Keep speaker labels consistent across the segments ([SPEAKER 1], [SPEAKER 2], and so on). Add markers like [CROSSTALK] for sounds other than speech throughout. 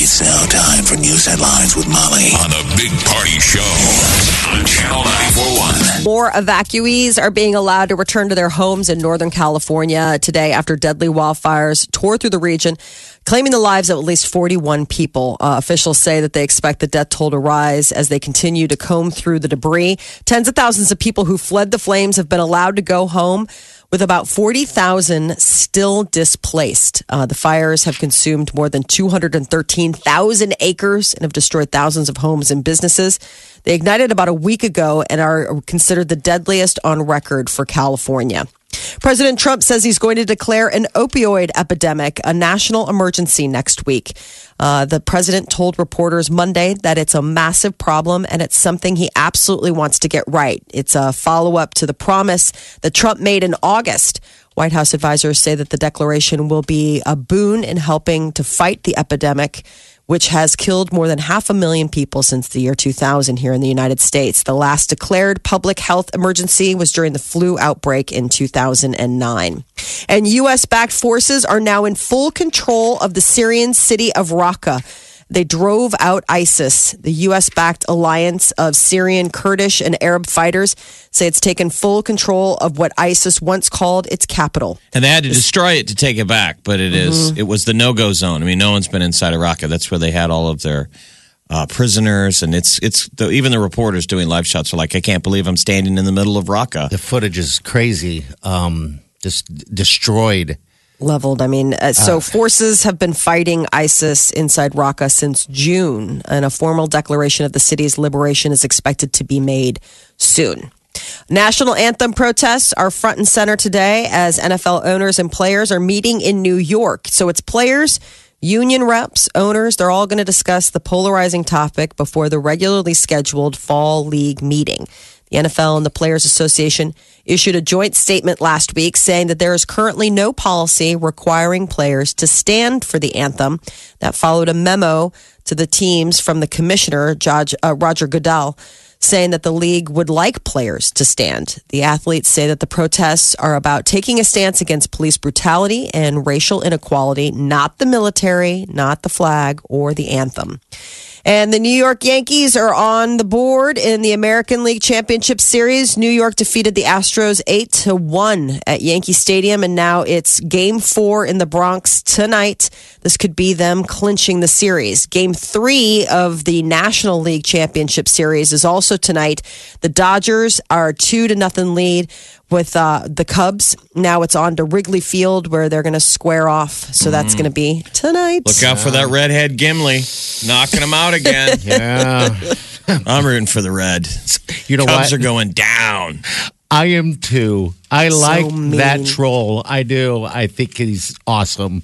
[SPEAKER 1] It's now time for news headlines with Molly on the Big Party Show on Channel 941.
[SPEAKER 2] More evacuees are being allowed to return to their homes in Northern California today after deadly wildfires tore through the region, claiming the lives of at least 41 people. Uh, officials say that they expect the death toll to rise as they continue to comb through the debris. Tens of thousands of people who fled the flames have been allowed to go home. With about 40,000 still displaced, uh, the fires have consumed more than 213,000 acres and have destroyed thousands of homes and businesses. They ignited about a week ago and are considered the deadliest on record for California. President Trump says he's going to declare an opioid epidemic a national emergency next week. Uh, the president told reporters Monday that it's a massive problem and it's something he absolutely wants to get right. It's a follow up to the promise that Trump made in August. White House advisors say that the declaration will be a boon in helping to fight the epidemic which has killed more than half a million people since the year 2000 here in the United States. The last declared public health emergency was during the flu outbreak in 2009. And U.S. backed forces are now in full control of the Syrian city of Raqqa. They drove out ISIS. The U.S. backed alliance of Syrian, Kurdish, and Arab fighters say it's taken full control of what ISIS once called its capital.
[SPEAKER 3] And they had to destroy it to take it back, but it is- it was the no go zone. I mean, no one's been inside Iraq. That's where they had all of their uh, prisoners, and it's it's the, even the reporters doing live shots are like, I can't believe I'm standing in the middle of Raqqa.
[SPEAKER 4] The footage is crazy. Um, just destroyed.
[SPEAKER 2] leveled. I mean, uh, so forces have been fighting ISIS inside Raqqa since June, and a formal declaration of the city's liberation is expected to be made soon. National anthem protests are front and center today as NFL owners and players are meeting in New York. So it's players, union reps, owners, they're all going to discuss the polarizing topic before the regularly scheduled fall league meeting. The NFL and the Players Association issued a joint statement last week saying that there is currently no policy requiring players to stand for the anthem. That followed a memo to the teams from the commissioner, Judge, uh, Roger Goodell, saying that the league would like players to stand. The athletes say that the protests are about taking a stance against police brutality and racial inequality, not the military, not the flag, or the anthem. And the New York Yankees are on the board in the American League Championship Series. New York defeated the Astros 8 to 1 at Yankee Stadium and now it's game 4 in the Bronx tonight. This could be them clinching the series. Game 3 of the National League Championship Series is also tonight. The Dodgers are 2 to nothing lead with uh, the Cubs. Now it's on to Wrigley Field where they're going to square off. So that's going to be tonight.
[SPEAKER 3] Mm-hmm. Look out for that redhead Gimli, knocking him out again.
[SPEAKER 4] Yeah.
[SPEAKER 3] I'm rooting for the red.
[SPEAKER 4] you know
[SPEAKER 3] Cubs
[SPEAKER 4] what?
[SPEAKER 3] are going down.
[SPEAKER 4] I am too. I like
[SPEAKER 2] mean.
[SPEAKER 4] that troll. I do. I think he's awesome.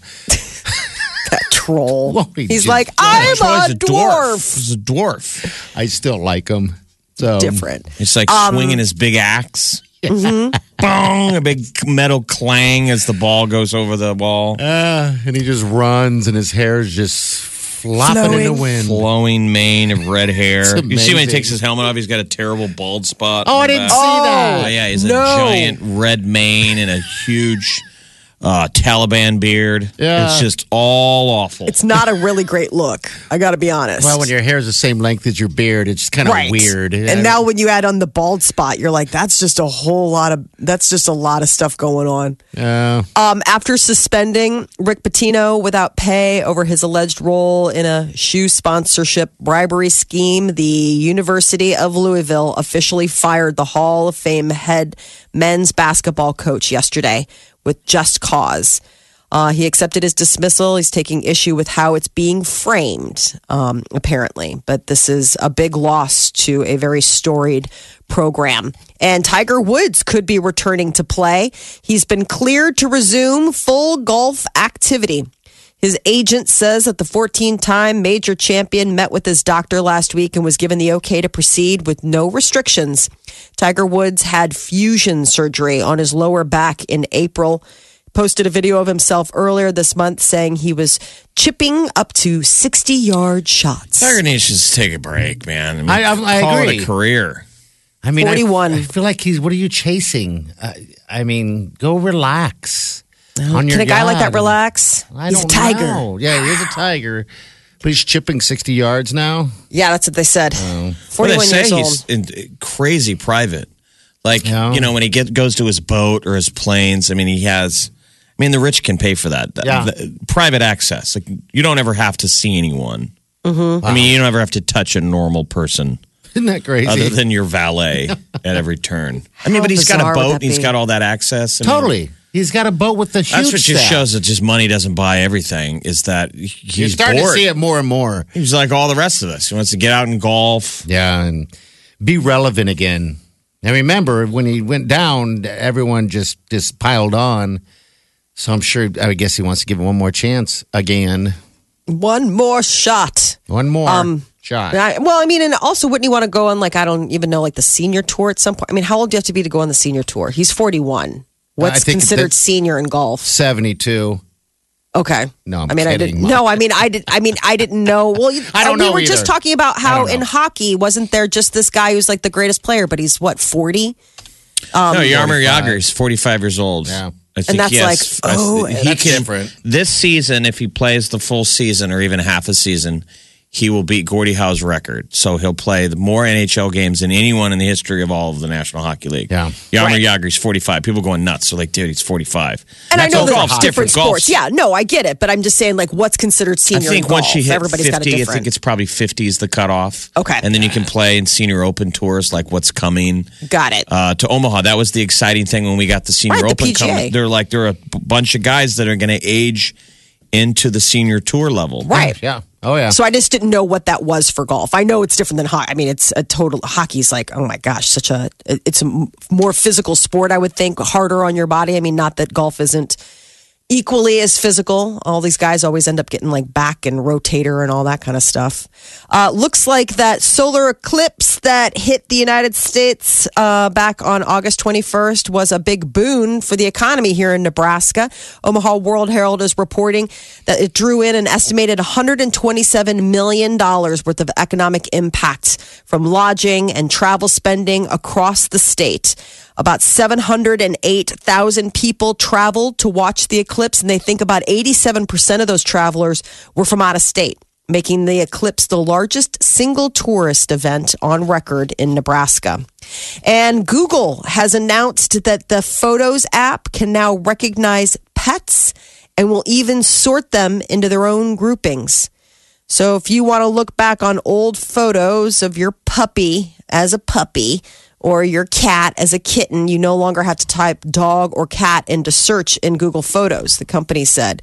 [SPEAKER 2] troll.
[SPEAKER 4] [LAUGHS] Well, he
[SPEAKER 2] He's
[SPEAKER 4] just-
[SPEAKER 2] like, I'm
[SPEAKER 3] Troy's
[SPEAKER 2] a, dwarf.
[SPEAKER 3] He's a dwarf.
[SPEAKER 4] I still like him. So
[SPEAKER 2] Different.
[SPEAKER 3] It's like swinging his big axe. [LAUGHS] Bong, a big metal clang as the ball goes over the wall.
[SPEAKER 4] Uh, and he just runs, and his hair is just flopping in the wind.
[SPEAKER 3] Flowing mane of red hair.
[SPEAKER 4] It's
[SPEAKER 3] You see when he
[SPEAKER 4] amazing.
[SPEAKER 3] takes his helmet off, he's got a terrible bald spot.
[SPEAKER 4] Oh,
[SPEAKER 3] on
[SPEAKER 4] I
[SPEAKER 3] the
[SPEAKER 4] didn't
[SPEAKER 3] back.
[SPEAKER 4] see
[SPEAKER 3] Oh,
[SPEAKER 4] that.
[SPEAKER 3] yeah, he's
[SPEAKER 2] No.
[SPEAKER 3] a giant red mane and a huge uh, Taliban beard.
[SPEAKER 4] Yeah.
[SPEAKER 3] It's just all awful.
[SPEAKER 2] It's not a really great look. I got to be honest.
[SPEAKER 4] Well, when your hair is the same length as your beard, it's kind of
[SPEAKER 2] Right.
[SPEAKER 4] weird.
[SPEAKER 2] And now when you add on the bald spot, you're like, that's just a whole lot of that's just a lot of stuff going on.
[SPEAKER 4] Uh,
[SPEAKER 2] Um, after suspending Rick Pitino without pay over his alleged role in a shoe sponsorship bribery scheme, the University of Louisville officially fired the Hall of Fame head men's basketball coach yesterday with just cause. Uh, he accepted his dismissal. He's taking issue with how it's being framed, um, apparently. But this is a big loss to a very storied program. And Tiger Woods could be returning to play. He's been cleared to resume full golf activity. His agent says that the 14 time major champion met with his doctor last week and was given the okay to proceed with no restrictions. Tiger Woods had fusion surgery on his lower back in April. posted a video of himself earlier this month saying he was chipping up to 60 yard shots.
[SPEAKER 3] Tiger Nation should take a break, man. I, mean,
[SPEAKER 4] I- I- I
[SPEAKER 3] call it
[SPEAKER 4] agree.
[SPEAKER 3] a career.
[SPEAKER 4] I mean, I-
[SPEAKER 2] 41.
[SPEAKER 4] I, feel like he's. What are you chasing? I, I mean, go relax. On your
[SPEAKER 2] Can a guy like
[SPEAKER 4] yacht.
[SPEAKER 2] that relax?
[SPEAKER 4] I
[SPEAKER 2] He's a
[SPEAKER 4] don't
[SPEAKER 2] tiger.
[SPEAKER 4] know. Yeah, he is a tiger. But he's chipping sixty yards now. [LAUGHS]
[SPEAKER 2] Yeah, that's what they said.
[SPEAKER 3] Oh. Well, they
[SPEAKER 2] 41
[SPEAKER 3] say
[SPEAKER 2] years old.
[SPEAKER 3] he's in, crazy private. Like
[SPEAKER 4] Yeah.
[SPEAKER 3] you know, when he get goes to his boat or his planes, I mean, he has. I mean, the rich can pay for that. Th-
[SPEAKER 4] Yeah.
[SPEAKER 3] th- private access. Like you don't ever have to see anyone.
[SPEAKER 2] Mm-hmm.
[SPEAKER 3] I mean, you don't ever have to touch a normal person
[SPEAKER 4] Isn't that crazy?
[SPEAKER 3] other than your
[SPEAKER 4] [LAUGHS]
[SPEAKER 3] valet at every turn. I mean,
[SPEAKER 2] How
[SPEAKER 3] but he's got a
[SPEAKER 2] bizarre would
[SPEAKER 3] boat.
[SPEAKER 2] that
[SPEAKER 3] and He's
[SPEAKER 2] be?
[SPEAKER 3] got all that access. I mean,
[SPEAKER 4] totally. He's got a boat with the huge.
[SPEAKER 3] that's what just
[SPEAKER 4] stack.
[SPEAKER 3] shows that just money doesn't buy everything. Is that he's
[SPEAKER 4] You're starting
[SPEAKER 3] bored.
[SPEAKER 4] to see it more and more.
[SPEAKER 3] He's like all the rest of us. He wants to get out and golf.
[SPEAKER 4] Yeah, and be relevant again. And remember, when he went down, everyone just just piled on. So I'm sure. I guess he wants to give him one more chance again.
[SPEAKER 2] One more shot.
[SPEAKER 4] One more
[SPEAKER 2] Um,
[SPEAKER 4] shot.
[SPEAKER 2] And I- well, I mean, and also, wouldn't you want to go on, like, I don't even know, like the senior tour at some point? I mean, how old do you have to be to go on the senior tour? He's 41.
[SPEAKER 4] Uh, I
[SPEAKER 2] What's
[SPEAKER 4] think
[SPEAKER 2] considered
[SPEAKER 4] that-
[SPEAKER 2] senior in golf?
[SPEAKER 4] Seventy-two.
[SPEAKER 2] Okay.
[SPEAKER 4] No, I'm
[SPEAKER 2] I mean, I
[SPEAKER 4] kidding,
[SPEAKER 2] didn't.
[SPEAKER 4] Mom.
[SPEAKER 2] No, I mean, I did. I mean, I didn't know. Well, you-
[SPEAKER 4] [LAUGHS] I don't
[SPEAKER 2] we
[SPEAKER 4] know
[SPEAKER 2] were just
[SPEAKER 4] either.
[SPEAKER 2] talking about
[SPEAKER 4] I
[SPEAKER 2] how
[SPEAKER 4] don't
[SPEAKER 2] in
[SPEAKER 4] know.
[SPEAKER 2] hockey wasn't there just this guy who's like the greatest player, but he's what forty?
[SPEAKER 3] no, Yarmir Yager is 45 years old.
[SPEAKER 4] Yeah.
[SPEAKER 3] I think
[SPEAKER 2] that's
[SPEAKER 3] he has-
[SPEAKER 2] like, oh,
[SPEAKER 3] I- he
[SPEAKER 4] That's
[SPEAKER 3] can,
[SPEAKER 4] different.
[SPEAKER 3] This season, if he plays the full season or even half a season, he will beat Gordie Howe's record. So he'll play the more NHL games than anyone in the history of all of the National Hockey League.
[SPEAKER 4] Yeah.
[SPEAKER 3] Yarmir Yager's 45. People going nuts. They're like, dude, he's 45.
[SPEAKER 2] And I
[SPEAKER 3] So
[SPEAKER 2] know that
[SPEAKER 3] golf's
[SPEAKER 2] different
[SPEAKER 3] Golf's-
[SPEAKER 2] sports. Yeah, no, I get it, but I'm just saying, like, what's considered
[SPEAKER 3] I
[SPEAKER 2] senior?
[SPEAKER 3] think
[SPEAKER 2] in golf?
[SPEAKER 3] once you hit
[SPEAKER 2] everybody's got a
[SPEAKER 3] 50, I
[SPEAKER 2] different.
[SPEAKER 3] think it's probably 50 is the cutoff.
[SPEAKER 2] Okay.
[SPEAKER 3] And then you can play in senior open tours like what's coming.
[SPEAKER 2] got it.
[SPEAKER 3] uh, to Omaha. That was the exciting thing when we got the senior
[SPEAKER 2] Right, the
[SPEAKER 3] open.
[SPEAKER 2] PGA.
[SPEAKER 3] coming. They're like there are a b- bunch of guys that are going to age into the senior tour level.
[SPEAKER 2] right.
[SPEAKER 4] Yeah. Oh yeah.
[SPEAKER 2] So I just didn't know what that was for golf. I know it's different than hockey. I mean, it's a total hockey's like, oh my gosh, such a it's a m- more physical sport. I would think harder on your body. I mean, not that golf isn't equally as physical. All these guys always end up getting like back and rotator and all that kind of stuff. Uh, looks like that solar eclipse that hit the United States uh, back on August 21st was a big boon for the economy here in Nebraska. Omaha World Herald is reporting that it drew in an estimated $127 million worth of economic impact from lodging and travel spending across the state. About 708,000 people traveled to watch the eclipse, and they think about 87% of those travelers were from out of state, making the eclipse the largest single tourist event on record in Nebraska. And Google has announced that the Photos app can now recognize pets and will even sort them into their own groupings. So if you want to look back on old photos of your puppy as a puppy or your cat as a kitten, you no longer have to type dog or cat into search in Google Photos, the company said.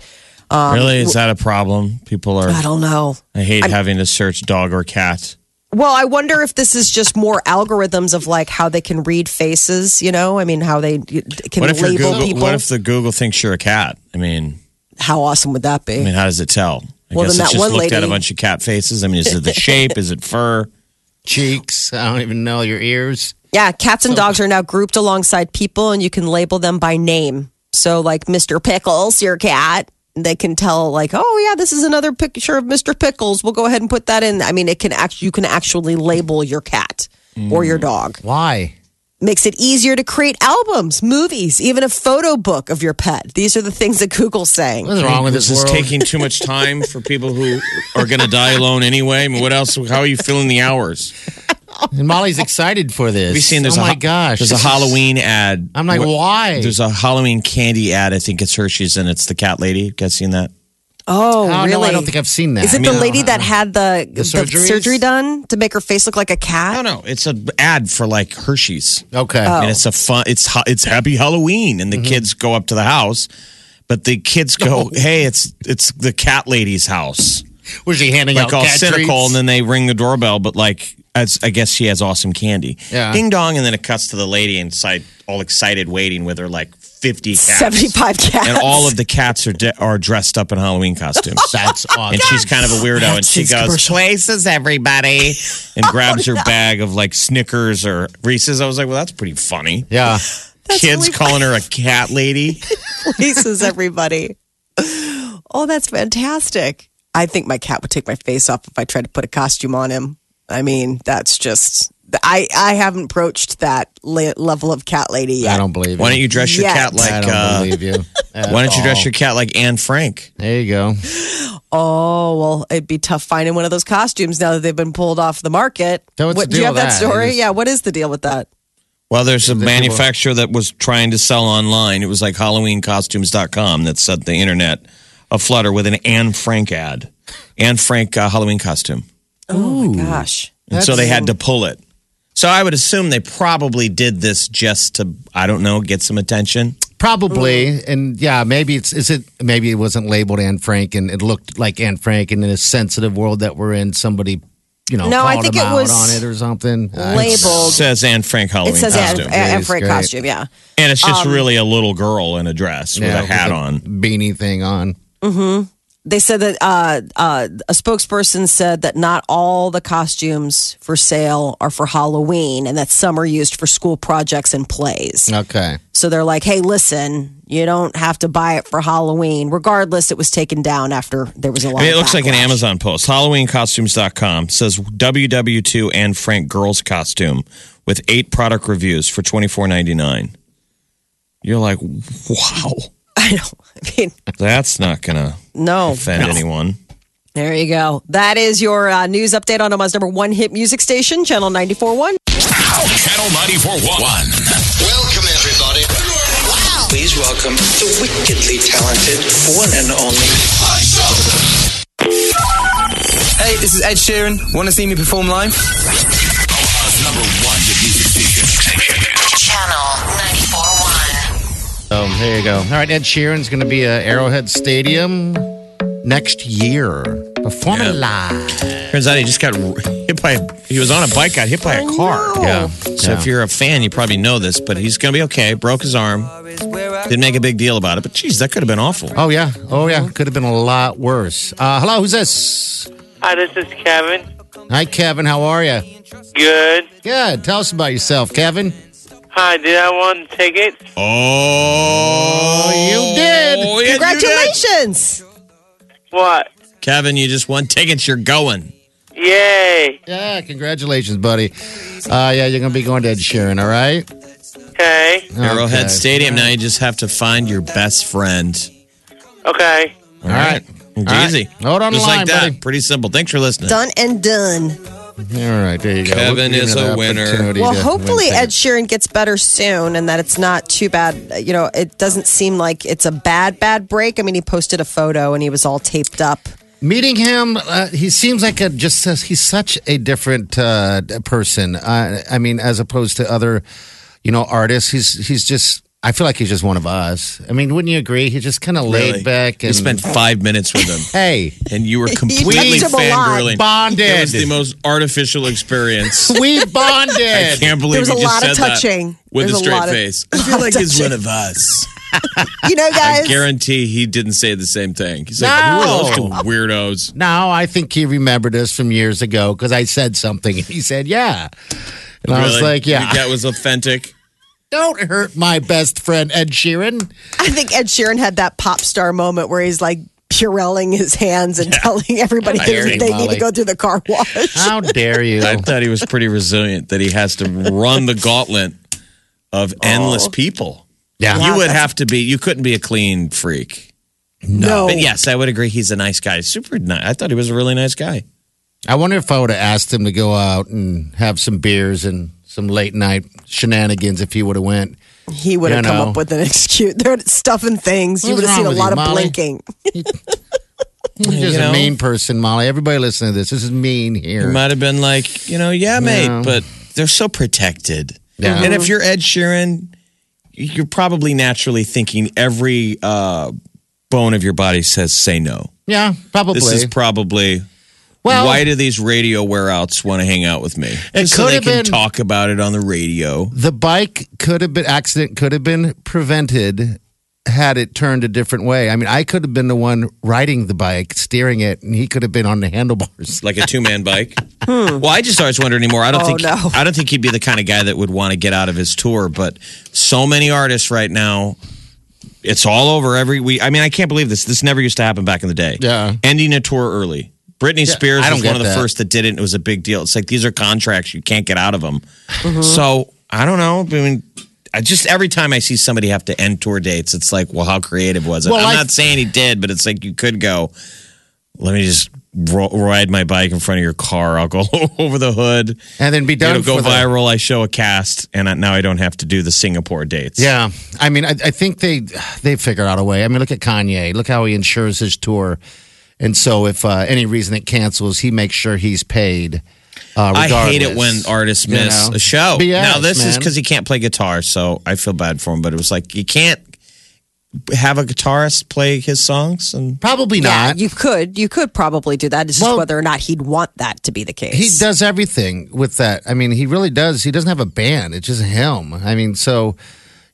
[SPEAKER 2] Um,
[SPEAKER 3] really, is that a problem? People are.
[SPEAKER 2] I
[SPEAKER 3] I,
[SPEAKER 2] don't know.
[SPEAKER 3] hate having to search dog or cat.
[SPEAKER 2] Well, I wonder if this is just more algorithms of like how they can read faces, you know? I mean, how they can
[SPEAKER 3] What if your
[SPEAKER 2] label
[SPEAKER 3] Google?
[SPEAKER 2] people.
[SPEAKER 3] What if the Google thinks you're a cat? I mean,
[SPEAKER 2] how awesome would that
[SPEAKER 3] I
[SPEAKER 2] be?
[SPEAKER 3] mean, how does it tell? I
[SPEAKER 2] Well,
[SPEAKER 3] guess
[SPEAKER 2] then that
[SPEAKER 3] it's just
[SPEAKER 2] one
[SPEAKER 3] looked at a
[SPEAKER 2] lady-
[SPEAKER 3] bunch of cat faces. I mean, is it the shape? Is it fur?
[SPEAKER 4] Cheeks. I don't even know your ears.
[SPEAKER 2] Yeah, cats and dogs are now grouped alongside people and you can label them by name. So, like Mr. Pickles, your cat, they can tell, like, oh, yeah, this is another picture of Mr. Pickles. We'll go ahead and put that in. I mean, it can act- you can actually label your cat or
[SPEAKER 3] Mm.
[SPEAKER 2] your dog.
[SPEAKER 4] Why?
[SPEAKER 2] Makes it easier to create albums, movies, even a photo book of your pet. These are the things that Google's saying.
[SPEAKER 4] [LAUGHS] What's wrong with
[SPEAKER 3] This
[SPEAKER 4] this
[SPEAKER 3] is
[SPEAKER 4] world?
[SPEAKER 3] taking too much time for people who are going to die alone anyway. I mean, what else? How are you filling the hours?
[SPEAKER 4] and Molly's excited for this.
[SPEAKER 3] Have you seen there's
[SPEAKER 4] oh
[SPEAKER 3] a
[SPEAKER 4] my
[SPEAKER 3] ho-
[SPEAKER 4] gosh.
[SPEAKER 3] There's a
[SPEAKER 4] this is-
[SPEAKER 3] Halloween ad.
[SPEAKER 4] I'm like,
[SPEAKER 3] Wh-
[SPEAKER 4] why?
[SPEAKER 3] There's a Halloween candy ad. I think it's Hershey's and it's the cat lady. You guys seen that?
[SPEAKER 2] Oh,
[SPEAKER 4] Oh,
[SPEAKER 2] really?
[SPEAKER 4] no, I don't think I've seen that.
[SPEAKER 2] Is it
[SPEAKER 4] I mean, uh-huh.
[SPEAKER 2] the lady that had the, the,
[SPEAKER 4] surgeries?
[SPEAKER 2] surgery done to make her face look like a cat? [LAUGHS]
[SPEAKER 3] No, no. It's an ad for like Hershey's.
[SPEAKER 4] Okay.
[SPEAKER 2] Oh.
[SPEAKER 3] And it's a fun it's ha- it's happy Halloween and the kids go up to the house. But the kids go, "Hey, it's it's the cat lady's house."
[SPEAKER 4] Was she handing
[SPEAKER 3] Like
[SPEAKER 4] out
[SPEAKER 3] all
[SPEAKER 4] cat
[SPEAKER 3] cynical,
[SPEAKER 4] treats?
[SPEAKER 3] and then they ring the doorbell. But like, as, I guess she has awesome candy.
[SPEAKER 4] Yeah.
[SPEAKER 3] Ding dong, and then it cuts to the lady inside, all excited, waiting with her like fifty cats.
[SPEAKER 2] 75 cats.
[SPEAKER 3] and all of the cats are de- are dressed up in Halloween costumes.
[SPEAKER 4] That's awesome.
[SPEAKER 3] And she's kind of a weirdo, and she
[SPEAKER 2] That's
[SPEAKER 3] goes
[SPEAKER 2] commercial.
[SPEAKER 3] places everybody, and grabs her bag of like Snickers or Reese's. I was like, well, that's pretty funny.
[SPEAKER 4] yeah.
[SPEAKER 3] kids calling her a cat lady.
[SPEAKER 2] [LAUGHS] Places everybody. Oh, that's fantastic. I think my cat would take my face off if I tried to put a costume on him. I mean, that's just I I haven't approached that le- level of cat lady yet.
[SPEAKER 4] I don't believe
[SPEAKER 3] Why
[SPEAKER 4] you.
[SPEAKER 3] don't you dress your
[SPEAKER 2] Yet.
[SPEAKER 3] cat
[SPEAKER 4] I
[SPEAKER 3] like?
[SPEAKER 4] don't
[SPEAKER 3] Uh,
[SPEAKER 4] believe you.
[SPEAKER 3] [LAUGHS]
[SPEAKER 4] at
[SPEAKER 3] why don't you dress
[SPEAKER 4] all.
[SPEAKER 3] your cat like Anne Frank?
[SPEAKER 4] There you go.
[SPEAKER 2] Oh well, it'd be tough finding one of those costumes now that they've been pulled off the market.
[SPEAKER 4] So what's
[SPEAKER 2] what,
[SPEAKER 4] the
[SPEAKER 2] do you
[SPEAKER 4] deal
[SPEAKER 2] have
[SPEAKER 4] with
[SPEAKER 2] that
[SPEAKER 4] that?
[SPEAKER 2] story?
[SPEAKER 4] It is-
[SPEAKER 2] yeah, what is the deal with that?
[SPEAKER 3] Well, there's a
[SPEAKER 4] people-
[SPEAKER 3] manufacturer that was trying to sell online. It was like HalloweenCostumes.com that set the internet aflutter with an Anne Frank ad, Anne Frank uh, Halloween costume,
[SPEAKER 2] Oh my gosh.
[SPEAKER 3] and so they had to pull it. So I would assume they probably did this just to, I don't know, get some attention.
[SPEAKER 4] Probably,
[SPEAKER 2] Mm.
[SPEAKER 4] and yeah, maybe it's is it maybe it wasn't labeled Anne Frank, and it looked like Anne Frank, and in a sensitive world that we're in, somebody you know
[SPEAKER 2] No, I
[SPEAKER 4] called
[SPEAKER 2] think
[SPEAKER 4] him
[SPEAKER 2] it
[SPEAKER 4] out
[SPEAKER 2] was
[SPEAKER 4] on it or something. I-
[SPEAKER 2] Labeled.
[SPEAKER 3] Says Anne Frank Halloween
[SPEAKER 2] It says
[SPEAKER 3] costume,
[SPEAKER 2] Anne, Anne
[SPEAKER 4] It's
[SPEAKER 2] Frank um,
[SPEAKER 4] great.
[SPEAKER 2] costume. Yeah.
[SPEAKER 3] and it's just really a little girl in a dress
[SPEAKER 4] Yeah,
[SPEAKER 3] with a hat
[SPEAKER 4] the
[SPEAKER 3] on.
[SPEAKER 4] beanie thing on.
[SPEAKER 2] they said that uh, uh, a spokesperson said that not all the costumes for sale are for Halloween, and that some are used for school projects and plays.
[SPEAKER 4] Okay,
[SPEAKER 2] So they're like, "Hey, listen, you don't have to buy it for Halloween." Regardless, it was taken down after there was a lot.
[SPEAKER 3] I mean,
[SPEAKER 2] of
[SPEAKER 3] it looks like an
[SPEAKER 2] backlash.
[SPEAKER 3] Amazon post. HalloweenCostumes.com says WW2 Anne Frank girls costume with eight product reviews for twenty four ninety nine. You're like, wow,
[SPEAKER 2] [LAUGHS] I don't. I mean,
[SPEAKER 3] that's not gonna
[SPEAKER 2] Oh, no.
[SPEAKER 3] offend anyone.
[SPEAKER 2] There you go. That is your uh, news update on Omaha's number one hit music station, Channel 94.1.
[SPEAKER 1] Channel 941.
[SPEAKER 5] Welcome, everybody. Wow. Please welcome the wickedly talented one and only. Hey, this is Ed Sheeran. Want to see me perform live?
[SPEAKER 1] Number one hit music station.
[SPEAKER 6] Channel 941.
[SPEAKER 4] so there Um, you go. All right, Ed Sheeran's going to be at Arrowhead Stadium next year, performing live.
[SPEAKER 3] Turns out he just got hit by. He was on a bike, got hit by a car.
[SPEAKER 4] Yeah.
[SPEAKER 3] So if you're a fan, you probably know this, but he's gonna be okay. Broke his arm. Didn't make a big deal about it, but geez, that could have been awful.
[SPEAKER 4] Oh yeah. Oh yeah. Could have been a lot worse. Uh, hello, who's this?
[SPEAKER 7] Hi, this is Kevin.
[SPEAKER 4] Hi, Kevin. How are you?
[SPEAKER 7] Good.
[SPEAKER 4] Good. Tell us about yourself, Kevin.
[SPEAKER 7] Hi, did I want tickets?
[SPEAKER 3] Oh,
[SPEAKER 4] you did.
[SPEAKER 3] yeah, you did.
[SPEAKER 2] Congratulations.
[SPEAKER 7] What?
[SPEAKER 3] Kevin, you just won tickets. You're going.
[SPEAKER 7] Yay.
[SPEAKER 4] Yeah, congratulations, buddy. Uh, yeah, you're going to be going to Ed Sheeran, all right?
[SPEAKER 7] Okay.
[SPEAKER 3] Arrowhead
[SPEAKER 4] Okay.
[SPEAKER 3] Stadium. Now you just have to find your best friend.
[SPEAKER 7] Okay.
[SPEAKER 3] All
[SPEAKER 4] right.
[SPEAKER 3] It's
[SPEAKER 4] All right.
[SPEAKER 3] Easy.
[SPEAKER 4] Hold on the
[SPEAKER 3] Just
[SPEAKER 4] line,
[SPEAKER 3] like that.
[SPEAKER 4] buddy.
[SPEAKER 3] Pretty simple. Thanks for listening.
[SPEAKER 2] Done and done.
[SPEAKER 4] All right, there you go.
[SPEAKER 3] Kevin
[SPEAKER 4] We'll give
[SPEAKER 3] is
[SPEAKER 4] him
[SPEAKER 3] a
[SPEAKER 4] an
[SPEAKER 3] winner.
[SPEAKER 4] opportunity
[SPEAKER 2] Well,
[SPEAKER 4] to win
[SPEAKER 2] hopefully
[SPEAKER 4] tickets.
[SPEAKER 2] Ed Sheeran gets better soon and that it's not too bad. You know, it doesn't seem like it's a bad, bad break. I mean, he posted a photo and he was all taped up.
[SPEAKER 4] Meeting him, uh, he seems like a, just says he's such a different uh, person. Uh, I mean, as opposed to other, you know, artists, he's he's just. I feel like he's just one of us. I mean, wouldn't you agree? He's just kind of
[SPEAKER 3] Really.
[SPEAKER 4] laid back and
[SPEAKER 3] You spent five minutes with him,
[SPEAKER 4] hey,
[SPEAKER 3] and you were completely
[SPEAKER 2] touched him a lot.
[SPEAKER 3] fangirling. It was the
[SPEAKER 4] bonded.
[SPEAKER 3] most artificial experience.
[SPEAKER 4] [LAUGHS] we bonded.
[SPEAKER 3] I can't believe
[SPEAKER 2] There was
[SPEAKER 3] you
[SPEAKER 2] a
[SPEAKER 3] just
[SPEAKER 2] lot of
[SPEAKER 3] said that
[SPEAKER 2] touching.
[SPEAKER 3] with
[SPEAKER 2] There's [LAUGHS]
[SPEAKER 3] a
[SPEAKER 2] a
[SPEAKER 3] straight
[SPEAKER 2] lot of-
[SPEAKER 3] face. I feel like he's one
[SPEAKER 2] [LAUGHS]
[SPEAKER 3] of us.
[SPEAKER 2] You know,
[SPEAKER 3] [LAUGHS] I
[SPEAKER 2] guys.
[SPEAKER 3] guarantee he didn't say the same thing. He's like, who
[SPEAKER 4] No.
[SPEAKER 3] are those two weirdos?
[SPEAKER 4] No, I think he remembered us from years ago because I said something and he said, yeah. And I was
[SPEAKER 3] Really?
[SPEAKER 4] like, yeah,
[SPEAKER 3] You- that was [LAUGHS] authentic.
[SPEAKER 4] don't hurt my best friend, Ed Sheeran.
[SPEAKER 2] I think Ed Sheeran had that pop star moment where he's like purelling his hands and telling everybody
[SPEAKER 3] I
[SPEAKER 2] they,
[SPEAKER 3] hear you,
[SPEAKER 2] they need
[SPEAKER 4] Molly.
[SPEAKER 2] to go through the car wash.
[SPEAKER 4] How dare you?
[SPEAKER 3] I thought he was pretty resilient that he has to run the gauntlet
[SPEAKER 2] Oh.
[SPEAKER 3] of endless people.
[SPEAKER 4] Yeah.
[SPEAKER 3] You would have to be, you couldn't be a clean freak.
[SPEAKER 2] No.
[SPEAKER 3] But yes, I would agree. He's a nice guy. Super nice. I thought he was a really nice guy.
[SPEAKER 4] I wonder if I would have asked him to go out and have some beers and some late night shenanigans if he would have went.
[SPEAKER 2] He would have
[SPEAKER 4] You
[SPEAKER 2] come
[SPEAKER 4] know.
[SPEAKER 2] up with an excuse. They're stuffing things. you
[SPEAKER 4] What's
[SPEAKER 2] would have seen a
[SPEAKER 4] wrong
[SPEAKER 2] lot
[SPEAKER 4] with you,
[SPEAKER 2] of
[SPEAKER 4] Molly?
[SPEAKER 2] blinking.
[SPEAKER 4] He's just
[SPEAKER 3] know?
[SPEAKER 4] a mean person, Molly. Everybody listening to this, this is mean
[SPEAKER 3] He
[SPEAKER 4] here.
[SPEAKER 3] might have been like, you know, yeah, mate, but they're so protected.
[SPEAKER 4] Yeah.
[SPEAKER 3] And if you're Ed Sheeran, you're probably naturally thinking every uh, bone of your body says say no.
[SPEAKER 4] yeah, probably.
[SPEAKER 3] This is probably
[SPEAKER 4] well,
[SPEAKER 3] why do these radio wearouts want to hang out with me?
[SPEAKER 4] It
[SPEAKER 3] Just so
[SPEAKER 4] could
[SPEAKER 3] they
[SPEAKER 4] have
[SPEAKER 3] can
[SPEAKER 4] been-
[SPEAKER 3] talk about it on the radio.
[SPEAKER 4] the bike could have been accident could have been prevented had it turned a different way. I mean, I could have been the one riding the bike, steering it, and he could have been on the handlebars.
[SPEAKER 3] like a
[SPEAKER 2] [LAUGHS]
[SPEAKER 3] two man bike. Well, I just always wonder anymore. I don't
[SPEAKER 2] Hmm. Oh,
[SPEAKER 3] think
[SPEAKER 2] no.
[SPEAKER 3] I don't think he'd be the kind of guy that would want to get out of his tour. But so many artists right now, it's all over every week. I mean, I can't believe this. This never used to happen back in the day.
[SPEAKER 4] Yeah.
[SPEAKER 3] ending a tour early. Britney Spears
[SPEAKER 4] Uh-huh. I don't
[SPEAKER 3] was one
[SPEAKER 4] get
[SPEAKER 3] of the
[SPEAKER 4] that.
[SPEAKER 3] first that did it. and It was a big deal. It's like these are contracts; you can't get out of them.
[SPEAKER 4] Mm-hmm.
[SPEAKER 3] So I don't know. I mean. I just every time I see somebody have to end tour dates, it's like, well, how creative was it?
[SPEAKER 4] Well,
[SPEAKER 3] I'm
[SPEAKER 4] I-
[SPEAKER 3] not saying he did, but it's like you could go, let me just ro- ride my bike in front of your car. I'll go [LAUGHS] over the hood.
[SPEAKER 4] And then be done
[SPEAKER 3] It'll go
[SPEAKER 4] for the-
[SPEAKER 3] viral. I show a cast, and I, now I don't have to do the Singapore dates.
[SPEAKER 4] Yeah, I mean, I, I think they they figure out a way. I mean, look at Kanye. Look how he insures his tour, and so if uh, any reason it cancels, he makes sure he's paid. Uh,
[SPEAKER 3] I hate it when
[SPEAKER 4] regardless.
[SPEAKER 3] artists
[SPEAKER 4] You
[SPEAKER 3] miss
[SPEAKER 4] know?
[SPEAKER 3] a show.
[SPEAKER 4] BS,
[SPEAKER 3] now this is
[SPEAKER 4] man.
[SPEAKER 3] because he can't play guitar, so I feel bad for him. But it was like you can't have a guitarist play his songs, and
[SPEAKER 4] probably
[SPEAKER 2] Yeah,
[SPEAKER 4] not.
[SPEAKER 2] you could. You could probably do that. It's just
[SPEAKER 4] Well-
[SPEAKER 2] whether or not he'd want that to be the case.
[SPEAKER 4] he does everything with that. I mean, he really does. He doesn't have a band. It's just him. I mean, so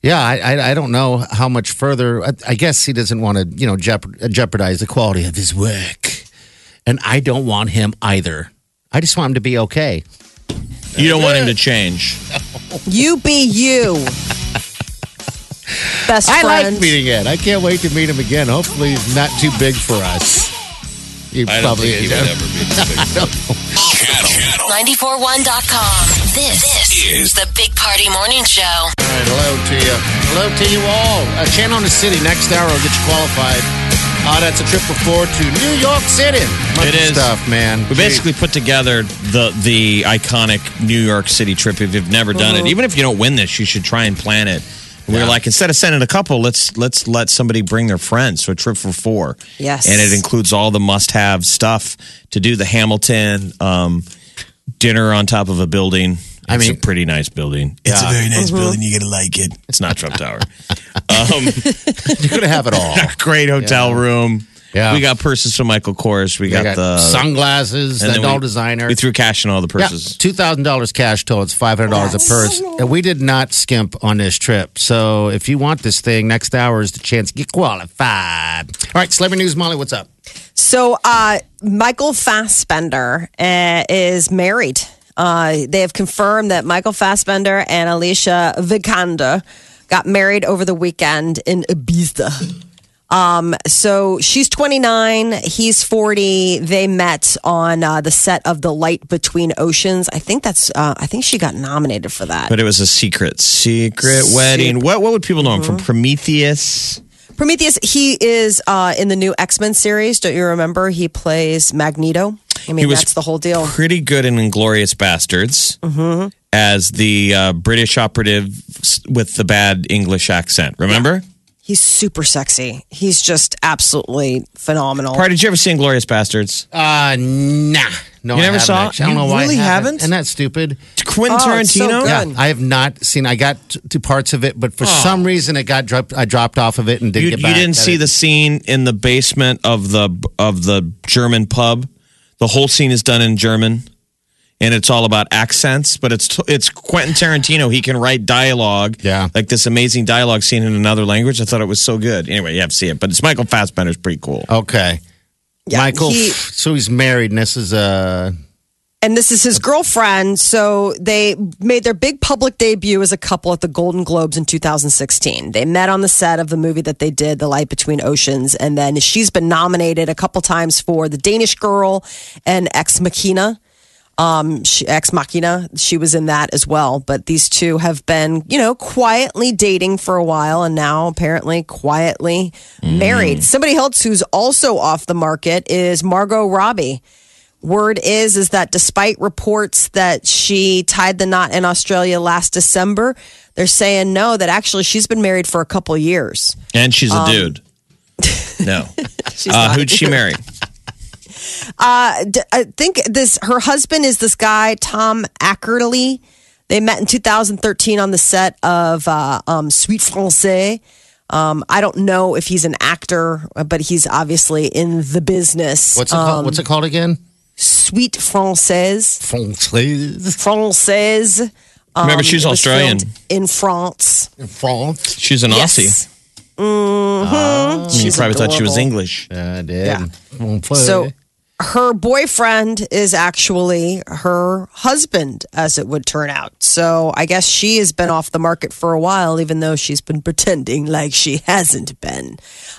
[SPEAKER 4] yeah, I I, I don't know how much further. I, I guess he doesn't want to you know jeopard, jeopardize the quality of his work, and I don't want him either. I just want him to be okay.
[SPEAKER 3] you don't want him to change.
[SPEAKER 2] You be you. Best
[SPEAKER 4] I
[SPEAKER 2] friend.
[SPEAKER 4] like meeting Ed. I can't wait to meet him again. Hopefully, he's not too big for us. He
[SPEAKER 3] I don't
[SPEAKER 4] probably
[SPEAKER 3] think he
[SPEAKER 4] is.
[SPEAKER 3] would ever be.
[SPEAKER 1] Channel, channel
[SPEAKER 6] 941.com. This, this is the Big Party Morning Show.
[SPEAKER 4] All right, hello to you. Hello to you all. Uh, Channel the City next hour will get you qualified. Uh, that's a trip before to New York City.
[SPEAKER 3] It
[SPEAKER 4] Bunch of
[SPEAKER 3] is.
[SPEAKER 4] stuff, man.
[SPEAKER 3] We basically put together the the iconic New York City trip. If you've never done it, even if you don't win this, you should try and plan it. And We were like, instead of sending a couple, let's let's let somebody bring their friends. So a trip for four.
[SPEAKER 2] Yes.
[SPEAKER 3] and it includes all the must-have stuff to do: the Hamilton um, dinner on top of a building. It's
[SPEAKER 4] I
[SPEAKER 3] a
[SPEAKER 4] mean-
[SPEAKER 3] pretty nice building. It's a very nice building. You're gonna like it. It's not Trump Tower. um,
[SPEAKER 4] you're gonna have it all.
[SPEAKER 3] [LAUGHS] great hotel room.
[SPEAKER 4] Yeah.
[SPEAKER 3] we got purses from Michael Kors. We
[SPEAKER 4] I
[SPEAKER 3] got,
[SPEAKER 4] got
[SPEAKER 3] the
[SPEAKER 4] sunglasses,
[SPEAKER 3] and
[SPEAKER 4] the
[SPEAKER 3] then
[SPEAKER 4] doll
[SPEAKER 3] we-
[SPEAKER 4] designer.
[SPEAKER 3] We threw cash in all the
[SPEAKER 4] yeah,
[SPEAKER 3] purses.
[SPEAKER 4] two thousand dollars cash total. It's five hundred dollars a purse. And we did not skimp on this trip. So if you want this thing, next hour is the chance to get qualified. All right, celebrity news, Molly. What's up?
[SPEAKER 2] So, uh, Michael Fassbender uh, is married. Uh, they have confirmed that Michael Fassbender and Alicia Vikander got married over the weekend in Ibiza. Um, so she's 29, he's 40. They met on uh, the set of The Light Between Oceans. I think that's, uh, I think she got nominated for that.
[SPEAKER 3] But it was a secret, secret wedding. What what would people know him
[SPEAKER 2] Mhm.
[SPEAKER 3] from? Prometheus.
[SPEAKER 2] Prometheus, he is uh, in the new X Men series. Don't you remember? He plays Magneto. I mean,
[SPEAKER 3] He was
[SPEAKER 2] that's the whole deal.
[SPEAKER 3] Pretty good in Inglorious Bastards
[SPEAKER 2] Mm-hmm.
[SPEAKER 3] as the uh, British operative s- with the bad English accent. Remember?
[SPEAKER 2] He's super sexy. He's just absolutely phenomenal.
[SPEAKER 3] Party, did you ever see Inglorious Bastards?
[SPEAKER 4] Uh, nah. No,
[SPEAKER 3] You
[SPEAKER 4] I
[SPEAKER 3] never
[SPEAKER 4] haven't,
[SPEAKER 3] saw it?
[SPEAKER 4] actually. I don't
[SPEAKER 3] You
[SPEAKER 4] know why.
[SPEAKER 3] really
[SPEAKER 4] I
[SPEAKER 3] haven't?
[SPEAKER 4] Isn't that stupid?
[SPEAKER 3] Quentin
[SPEAKER 2] Oh, it's so
[SPEAKER 3] Tarantino.
[SPEAKER 2] good.
[SPEAKER 4] Yeah, I have not seen. I got t- to parts of it, but for
[SPEAKER 2] Oh.
[SPEAKER 4] some reason, it got dropped. I dropped off of it and didn't
[SPEAKER 3] You,
[SPEAKER 4] get
[SPEAKER 3] you
[SPEAKER 4] back.
[SPEAKER 3] didn't
[SPEAKER 4] at
[SPEAKER 3] see
[SPEAKER 4] it.
[SPEAKER 3] the scene in the basement of the of the German pub. The whole scene is done in German, and it's all about accents. But it's it's Quentin Tarantino. He can write dialogue.
[SPEAKER 4] Yeah.
[SPEAKER 3] like this amazing dialogue scene in another language. I thought it was so good. Anyway, you have to see it. But it's Michael Fassbender's pretty cool.
[SPEAKER 4] Okay,
[SPEAKER 2] Yeah,
[SPEAKER 4] Michael.
[SPEAKER 2] he-
[SPEAKER 4] so he's married, and this is uh
[SPEAKER 2] and this is his girlfriend. So they made their big public debut as a couple at the Golden Globes in 2016. They met on the set of the movie that they did, The Light Between Oceans. And then she's been nominated a couple times for The Danish Girl and Ex Machina. Um, she, Ex Machina, she was in that as well. But these two have been, you know, quietly dating for a while and now apparently quietly married. Somebody else who's also off the market is Margot Robbie. Word is is that despite reports that she tied the knot in Australia last December, they're saying no that actually she's been married for a couple years.
[SPEAKER 3] And she's a
[SPEAKER 2] [LAUGHS]
[SPEAKER 3] dude. No,
[SPEAKER 2] Um, She's
[SPEAKER 3] uh,
[SPEAKER 2] not-
[SPEAKER 3] who'd she marry?
[SPEAKER 2] Uh, d- I think this her husband is this guy Tom Ackerley. They met in 2013 on the set of uh, um, Sweet Francais. Um, I don't know if he's an actor, uh, but he's obviously in the business. Um,
[SPEAKER 4] what's it called? What's it called again?
[SPEAKER 2] Sweet Francaise,
[SPEAKER 4] France,
[SPEAKER 2] Francaise.
[SPEAKER 3] Remember,
[SPEAKER 2] Um,
[SPEAKER 3] she's
[SPEAKER 2] it was
[SPEAKER 3] Australian.
[SPEAKER 2] filmed in France.
[SPEAKER 4] France.
[SPEAKER 3] She's an Aussie.
[SPEAKER 2] Yes.
[SPEAKER 3] you
[SPEAKER 2] She's
[SPEAKER 3] probably thought she was
[SPEAKER 2] adorable.
[SPEAKER 3] English.
[SPEAKER 4] I did.
[SPEAKER 2] Yeah.
[SPEAKER 4] Mm, play.
[SPEAKER 2] So her boyfriend is actually her husband, as it would turn out. So I guess she has been off the market for a while, even though she's been [LAUGHS] pretending like she hasn't been.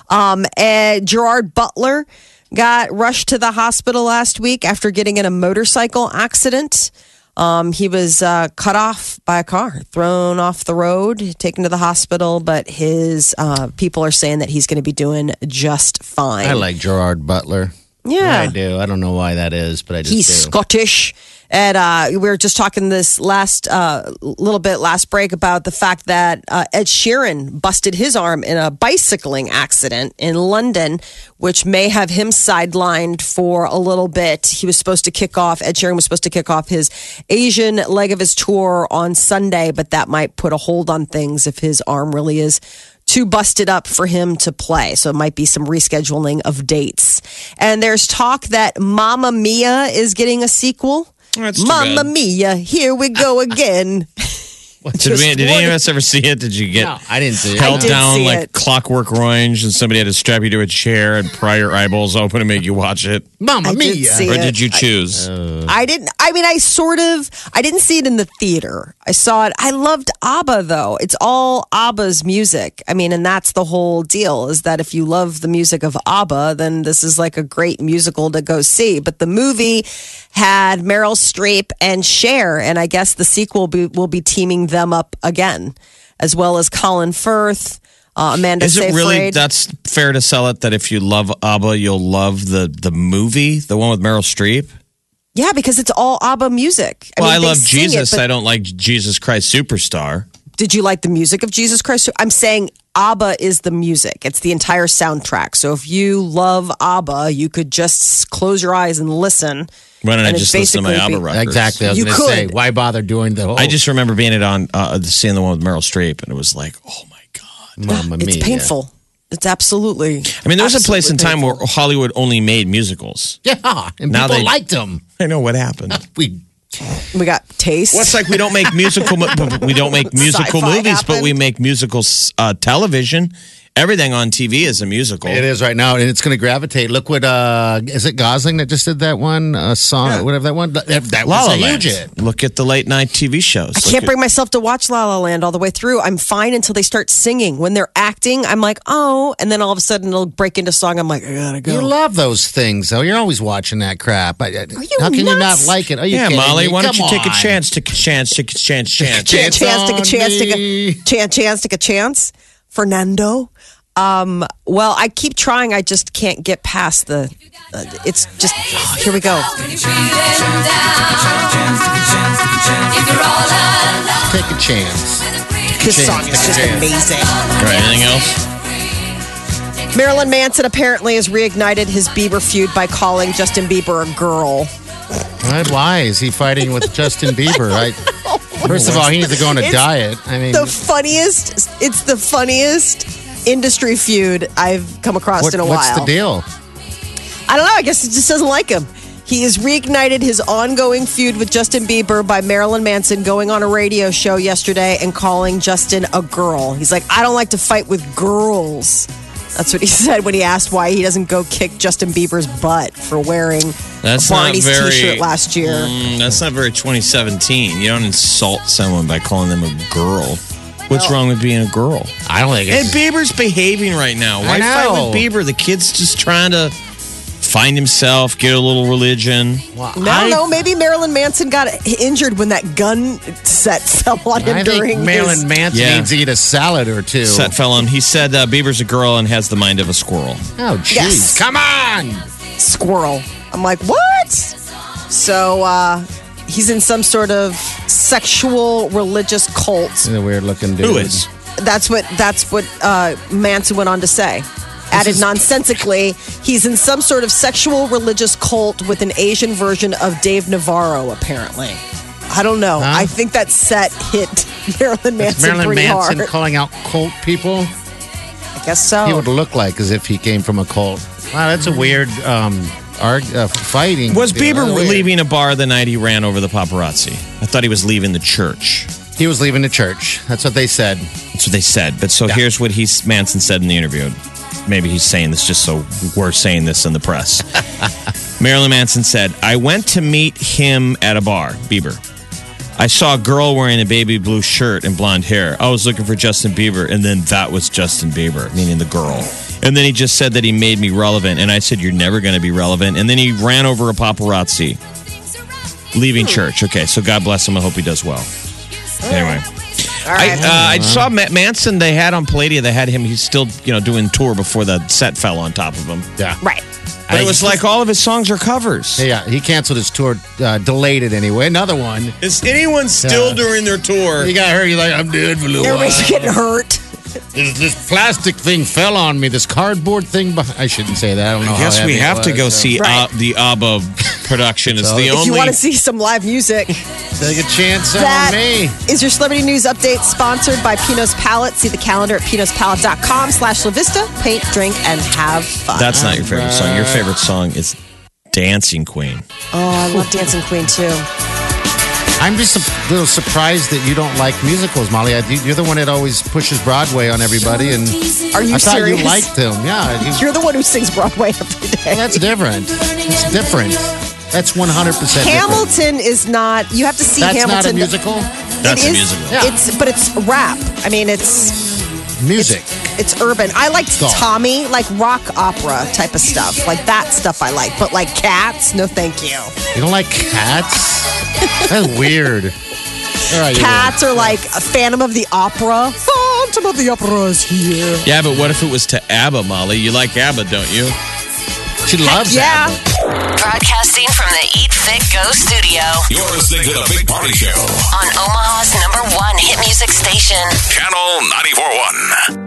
[SPEAKER 2] Um, and Gerard Butler got rushed to the hospital last week after getting in a motorcycle accident. Um, he was uh, cut off by a car, thrown off the road, taken to the hospital, but his uh, people are saying that he's going to be doing just fine.
[SPEAKER 4] I like Gerard Butler.
[SPEAKER 2] Yeah.
[SPEAKER 4] I do. I don't know why that is, but I just
[SPEAKER 2] He's
[SPEAKER 4] do.
[SPEAKER 2] Scottish. And uh, we were just talking this last uh, little bit last break about the fact that uh, Ed Sheeran busted his arm in a bicycling accident in London, which may have him sidelined for a little bit. He was supposed to kick off. Ed Sheeran was supposed to kick off his Asian leg of his tour on Sunday, but that might put a hold on things if his arm really is too busted up for him to play. So it might be some rescheduling of dates. And there's talk that Mamma Mia is getting a sequel.
[SPEAKER 3] That's too
[SPEAKER 2] Mamma
[SPEAKER 3] bad.
[SPEAKER 2] Mia, here we go again.
[SPEAKER 3] [LAUGHS] Did, we,
[SPEAKER 2] Just
[SPEAKER 3] did
[SPEAKER 2] one-
[SPEAKER 3] any of us ever see it? Did you get
[SPEAKER 4] No, I didn't see it.
[SPEAKER 3] held
[SPEAKER 2] did
[SPEAKER 3] down
[SPEAKER 2] see
[SPEAKER 3] like
[SPEAKER 2] it.
[SPEAKER 3] clockwork orange and somebody had to strap you to a chair and pry your eyeballs open and make you watch it?
[SPEAKER 4] Mamma
[SPEAKER 2] I did
[SPEAKER 4] mia.
[SPEAKER 2] see
[SPEAKER 3] Or
[SPEAKER 2] Yeah,
[SPEAKER 3] did you choose?
[SPEAKER 4] uh,
[SPEAKER 2] I didn't. I mean, I sort of. I didn't see it in the theater. I saw it. I loved ABBA though. It's all ABBA's music. I mean, and that's the whole deal is that if you love the music of ABBA, then this is like a great musical to go see. But the movie had Meryl Streep and Cher, and I guess the sequel be, will be teaming them up again, as well as Colin Firth, uh, Amanda
[SPEAKER 3] Is it
[SPEAKER 2] Seyfried.
[SPEAKER 3] really that's fair to sell it that if you love ABBA, you'll love the, the movie, the one with Meryl Streep?
[SPEAKER 2] yeah, because it's all ABBA music.
[SPEAKER 3] well,
[SPEAKER 2] mean,
[SPEAKER 3] I
[SPEAKER 2] they
[SPEAKER 3] love
[SPEAKER 2] sing it,
[SPEAKER 3] Jesus.
[SPEAKER 2] but
[SPEAKER 3] I don't like Jesus Christ Superstar.
[SPEAKER 2] did you like the music of Jesus Christ? I'm saying ABBA is the music. It's the entire soundtrack. So if you love ABBA, you could just close your eyes and listen.
[SPEAKER 3] Why don't I
[SPEAKER 2] And it's
[SPEAKER 3] just listen to my
[SPEAKER 2] basically
[SPEAKER 3] ABBA
[SPEAKER 2] be-
[SPEAKER 3] records?
[SPEAKER 4] Exactly. I was
[SPEAKER 2] You
[SPEAKER 4] going to
[SPEAKER 2] could.
[SPEAKER 4] say, why bother doing the whole
[SPEAKER 3] I just remember being it on uh, seeing the one with Meryl Streep, and it was like, oh my god.
[SPEAKER 4] Mamma mia.
[SPEAKER 2] It's painful. It's absolutely.
[SPEAKER 3] I mean, there was a place in
[SPEAKER 2] absolutely
[SPEAKER 3] time where Hollywood only made musicals.
[SPEAKER 4] Yeah. And
[SPEAKER 3] Now
[SPEAKER 4] people
[SPEAKER 3] they-
[SPEAKER 4] liked him.
[SPEAKER 3] I know what happened.
[SPEAKER 4] We
[SPEAKER 2] painful. We got taste.
[SPEAKER 3] Well, it's like we don't make musical mo- [LAUGHS] we don't make musical
[SPEAKER 2] Sci-fi
[SPEAKER 3] movies, but we
[SPEAKER 2] happened.
[SPEAKER 3] make musical s- uh, television. Everything on TV is a musical.
[SPEAKER 4] It is right now, and it's going to gravitate. Look what uh is it Gosling that just did that one uh, song, whatever that one. That, that
[SPEAKER 3] La
[SPEAKER 4] was
[SPEAKER 3] La
[SPEAKER 4] a
[SPEAKER 3] Land.
[SPEAKER 4] huge hit.
[SPEAKER 3] Look at the late night TV shows.
[SPEAKER 2] I can't bring myself to watch La La Land all the way through. I'm fine until they start singing. When they're acting, I'm like, oh, and then all of a sudden it'll break into song. I'm like, I gotta go.
[SPEAKER 4] You love those things, though. You're always watching that crap. I, I,
[SPEAKER 2] you
[SPEAKER 4] how can you not
[SPEAKER 2] nuts?
[SPEAKER 4] like it? Are you
[SPEAKER 3] yeah,
[SPEAKER 4] kidding
[SPEAKER 3] Molly,
[SPEAKER 4] me?
[SPEAKER 3] why don't
[SPEAKER 4] Come
[SPEAKER 3] you take a
[SPEAKER 4] on.
[SPEAKER 3] chance? Take a chance. Take a chance. Chance.
[SPEAKER 2] Take a chance, take a
[SPEAKER 4] on
[SPEAKER 2] chance, take a
[SPEAKER 4] me.
[SPEAKER 2] chance, chance, take a chance. Fernando. Um, well, I keep trying. I just can't get past the. Uh, it's just oh, here we go.
[SPEAKER 4] Take a chance.
[SPEAKER 2] This song is just amazing.
[SPEAKER 3] All right, anything else?
[SPEAKER 2] Marilyn Manson apparently has reignited his Bieber feud by calling Justin Bieber a girl.
[SPEAKER 4] What? Why is he fighting
[SPEAKER 3] [LAUGHS]
[SPEAKER 4] with Justin Bieber? I, first of all, he needs to go on a
[SPEAKER 2] It's
[SPEAKER 4] diet. I mean,
[SPEAKER 2] The funniest. It's the funniest industry feud I've come across
[SPEAKER 4] what-
[SPEAKER 2] in a
[SPEAKER 4] what's
[SPEAKER 2] while.
[SPEAKER 4] the deal?
[SPEAKER 2] I don't know. I guess it just doesn't like him. He has reignited his ongoing feud with Justin Bieber by Marilyn Manson going on a radio show yesterday and calling Justin a girl. He's like, I don't like to fight with girls. That's what he [LAUGHS] said when he asked why he doesn't go kick Justin Bieber's butt for wearing
[SPEAKER 3] That's
[SPEAKER 2] a Barney's
[SPEAKER 3] not very-
[SPEAKER 2] t-shirt last year.
[SPEAKER 3] Mm, that's not very 2017. You don't insult someone by calling them a girl. What's wrong with being a girl?
[SPEAKER 4] I don't think
[SPEAKER 3] And
[SPEAKER 4] it's.
[SPEAKER 3] Bieber's behaving right now. Why
[SPEAKER 4] I know.
[SPEAKER 3] fight with Bieber? The kid's just trying to find himself, get a little religion.
[SPEAKER 4] Well,
[SPEAKER 2] I don't know. Maybe Marilyn Manson got injured when that gun set fell on him
[SPEAKER 4] I
[SPEAKER 2] during
[SPEAKER 4] think Marilyn
[SPEAKER 2] his-
[SPEAKER 4] Manson
[SPEAKER 3] Yeah.
[SPEAKER 4] needs to eat a salad or two.
[SPEAKER 3] Set fell on. He said uh, Bieber's a girl and has the mind of a squirrel.
[SPEAKER 4] Oh, jeez.
[SPEAKER 2] Yes.
[SPEAKER 4] Come on.
[SPEAKER 2] squirrel. I'm like, what? So uh, he's in some sort of sexual religious cult.
[SPEAKER 4] He's a weird looking dude.
[SPEAKER 3] Who is?
[SPEAKER 2] That's what that's what uh, Manson went on to say. Added
[SPEAKER 4] is-
[SPEAKER 2] nonsensically, he's in some sort of sexual religious cult with an Asian version of Dave Navarro, apparently. I don't know. I think that set hit [LAUGHS] Marilyn
[SPEAKER 4] That's
[SPEAKER 2] Manson
[SPEAKER 4] Marilyn
[SPEAKER 2] pretty
[SPEAKER 4] Manson
[SPEAKER 2] hard.
[SPEAKER 4] calling out cult people.
[SPEAKER 2] I guess
[SPEAKER 4] He
[SPEAKER 2] so.
[SPEAKER 4] would look like as if he came from a cult. Wow, that's a weird um, arg- uh, fighting.
[SPEAKER 3] Was
[SPEAKER 4] deal.
[SPEAKER 3] Bieber
[SPEAKER 4] That's weird.
[SPEAKER 3] leaving a bar the night he ran over the paparazzi? I thought he was leaving the church.
[SPEAKER 4] He was leaving the church. That's what they said.
[SPEAKER 3] That's what they said. But so here's what he Manson said in the interview. Maybe he's saying this just so we're saying this in the press. Marilyn Manson said, "I went to meet him at a bar, Bieber. I saw a girl wearing a baby blue shirt and blonde hair. I was looking for Justin Bieber, and then that was Justin Bieber, meaning the girl. And then he just said that he made me relevant, and I said you're never going to be relevant. And then he ran over a paparazzi, leaving
[SPEAKER 6] Hmm.
[SPEAKER 3] church. Okay, so God bless him. I hope he does well. Anyway." I, uh, I saw Ma- Manson. They had on Palladia. They had him. He's still, you know, doing tour before the set fell on top of him.
[SPEAKER 4] Yeah.
[SPEAKER 2] Right.
[SPEAKER 3] But it was like all of his songs are covers.
[SPEAKER 4] Yeah, he canceled his tour, uh, delayed it anyway. Another one.
[SPEAKER 3] Is anyone still
[SPEAKER 4] Yeah.
[SPEAKER 3] doing their tour?
[SPEAKER 4] You got her, you're like, I'm dead for a little while.
[SPEAKER 2] Everybody's getting hurt.
[SPEAKER 4] This, this plastic thing fell on me, this cardboard thing. Behind, I shouldn't say that. I don't know.
[SPEAKER 3] I
[SPEAKER 4] how
[SPEAKER 3] guess Oh, we
[SPEAKER 4] heavy it
[SPEAKER 3] have to
[SPEAKER 4] was,
[SPEAKER 3] go
[SPEAKER 4] uh,
[SPEAKER 3] see
[SPEAKER 2] Right.
[SPEAKER 3] uh, the ABBA production. It's the
[SPEAKER 2] If you
[SPEAKER 3] only.
[SPEAKER 2] want to see some live
[SPEAKER 4] [LAUGHS]
[SPEAKER 2] music,
[SPEAKER 4] Take a chance
[SPEAKER 2] that
[SPEAKER 4] on me.
[SPEAKER 2] is your celebrity news update sponsored by Pino's Palette. See the calendar at pinospalette.com slash La Vista. Paint, drink, and have fun.
[SPEAKER 3] That's not your favorite song. Your favorite song is Dancing Queen.
[SPEAKER 2] oh, I love Dancing Queen too.
[SPEAKER 4] I'm just a little surprised that you don't like musicals, Molly. I, you're the one that always pushes Broadway on everybody, and
[SPEAKER 2] Are you
[SPEAKER 4] I thought
[SPEAKER 2] serious?
[SPEAKER 4] you liked them. Yeah, you-
[SPEAKER 2] [LAUGHS] You're the one who sings Broadway every day.
[SPEAKER 4] well, that's different. It's different. That's 100 percent
[SPEAKER 2] Hamilton is not. You have to see
[SPEAKER 4] That's not a
[SPEAKER 2] Hamilton.
[SPEAKER 4] musical.
[SPEAKER 3] That's
[SPEAKER 2] It
[SPEAKER 3] a
[SPEAKER 2] is-
[SPEAKER 3] musical.
[SPEAKER 4] Yeah.
[SPEAKER 2] It's but it's rap. I mean, it's
[SPEAKER 4] Music.
[SPEAKER 2] it's urban. I liked
[SPEAKER 4] Stop.
[SPEAKER 2] Tommy, like rock opera type of stuff, like that stuff I like. But like Cats, no, thank you.
[SPEAKER 4] You don't like cats?
[SPEAKER 2] [LAUGHS]
[SPEAKER 4] That's weird. All right, you
[SPEAKER 2] Cats are like a Phantom of the Opera. Phantom of the Opera is here.
[SPEAKER 3] Yeah, but what if it was to ABBA, Molly? You like ABBA, don't you?
[SPEAKER 4] will. She loves
[SPEAKER 2] yeah.
[SPEAKER 4] that.
[SPEAKER 6] Broadcasting from the Eat Fit Go studio
[SPEAKER 1] You're listening to the Big Party Show,
[SPEAKER 6] on Omaha's number one hit music station.
[SPEAKER 1] Channel 941.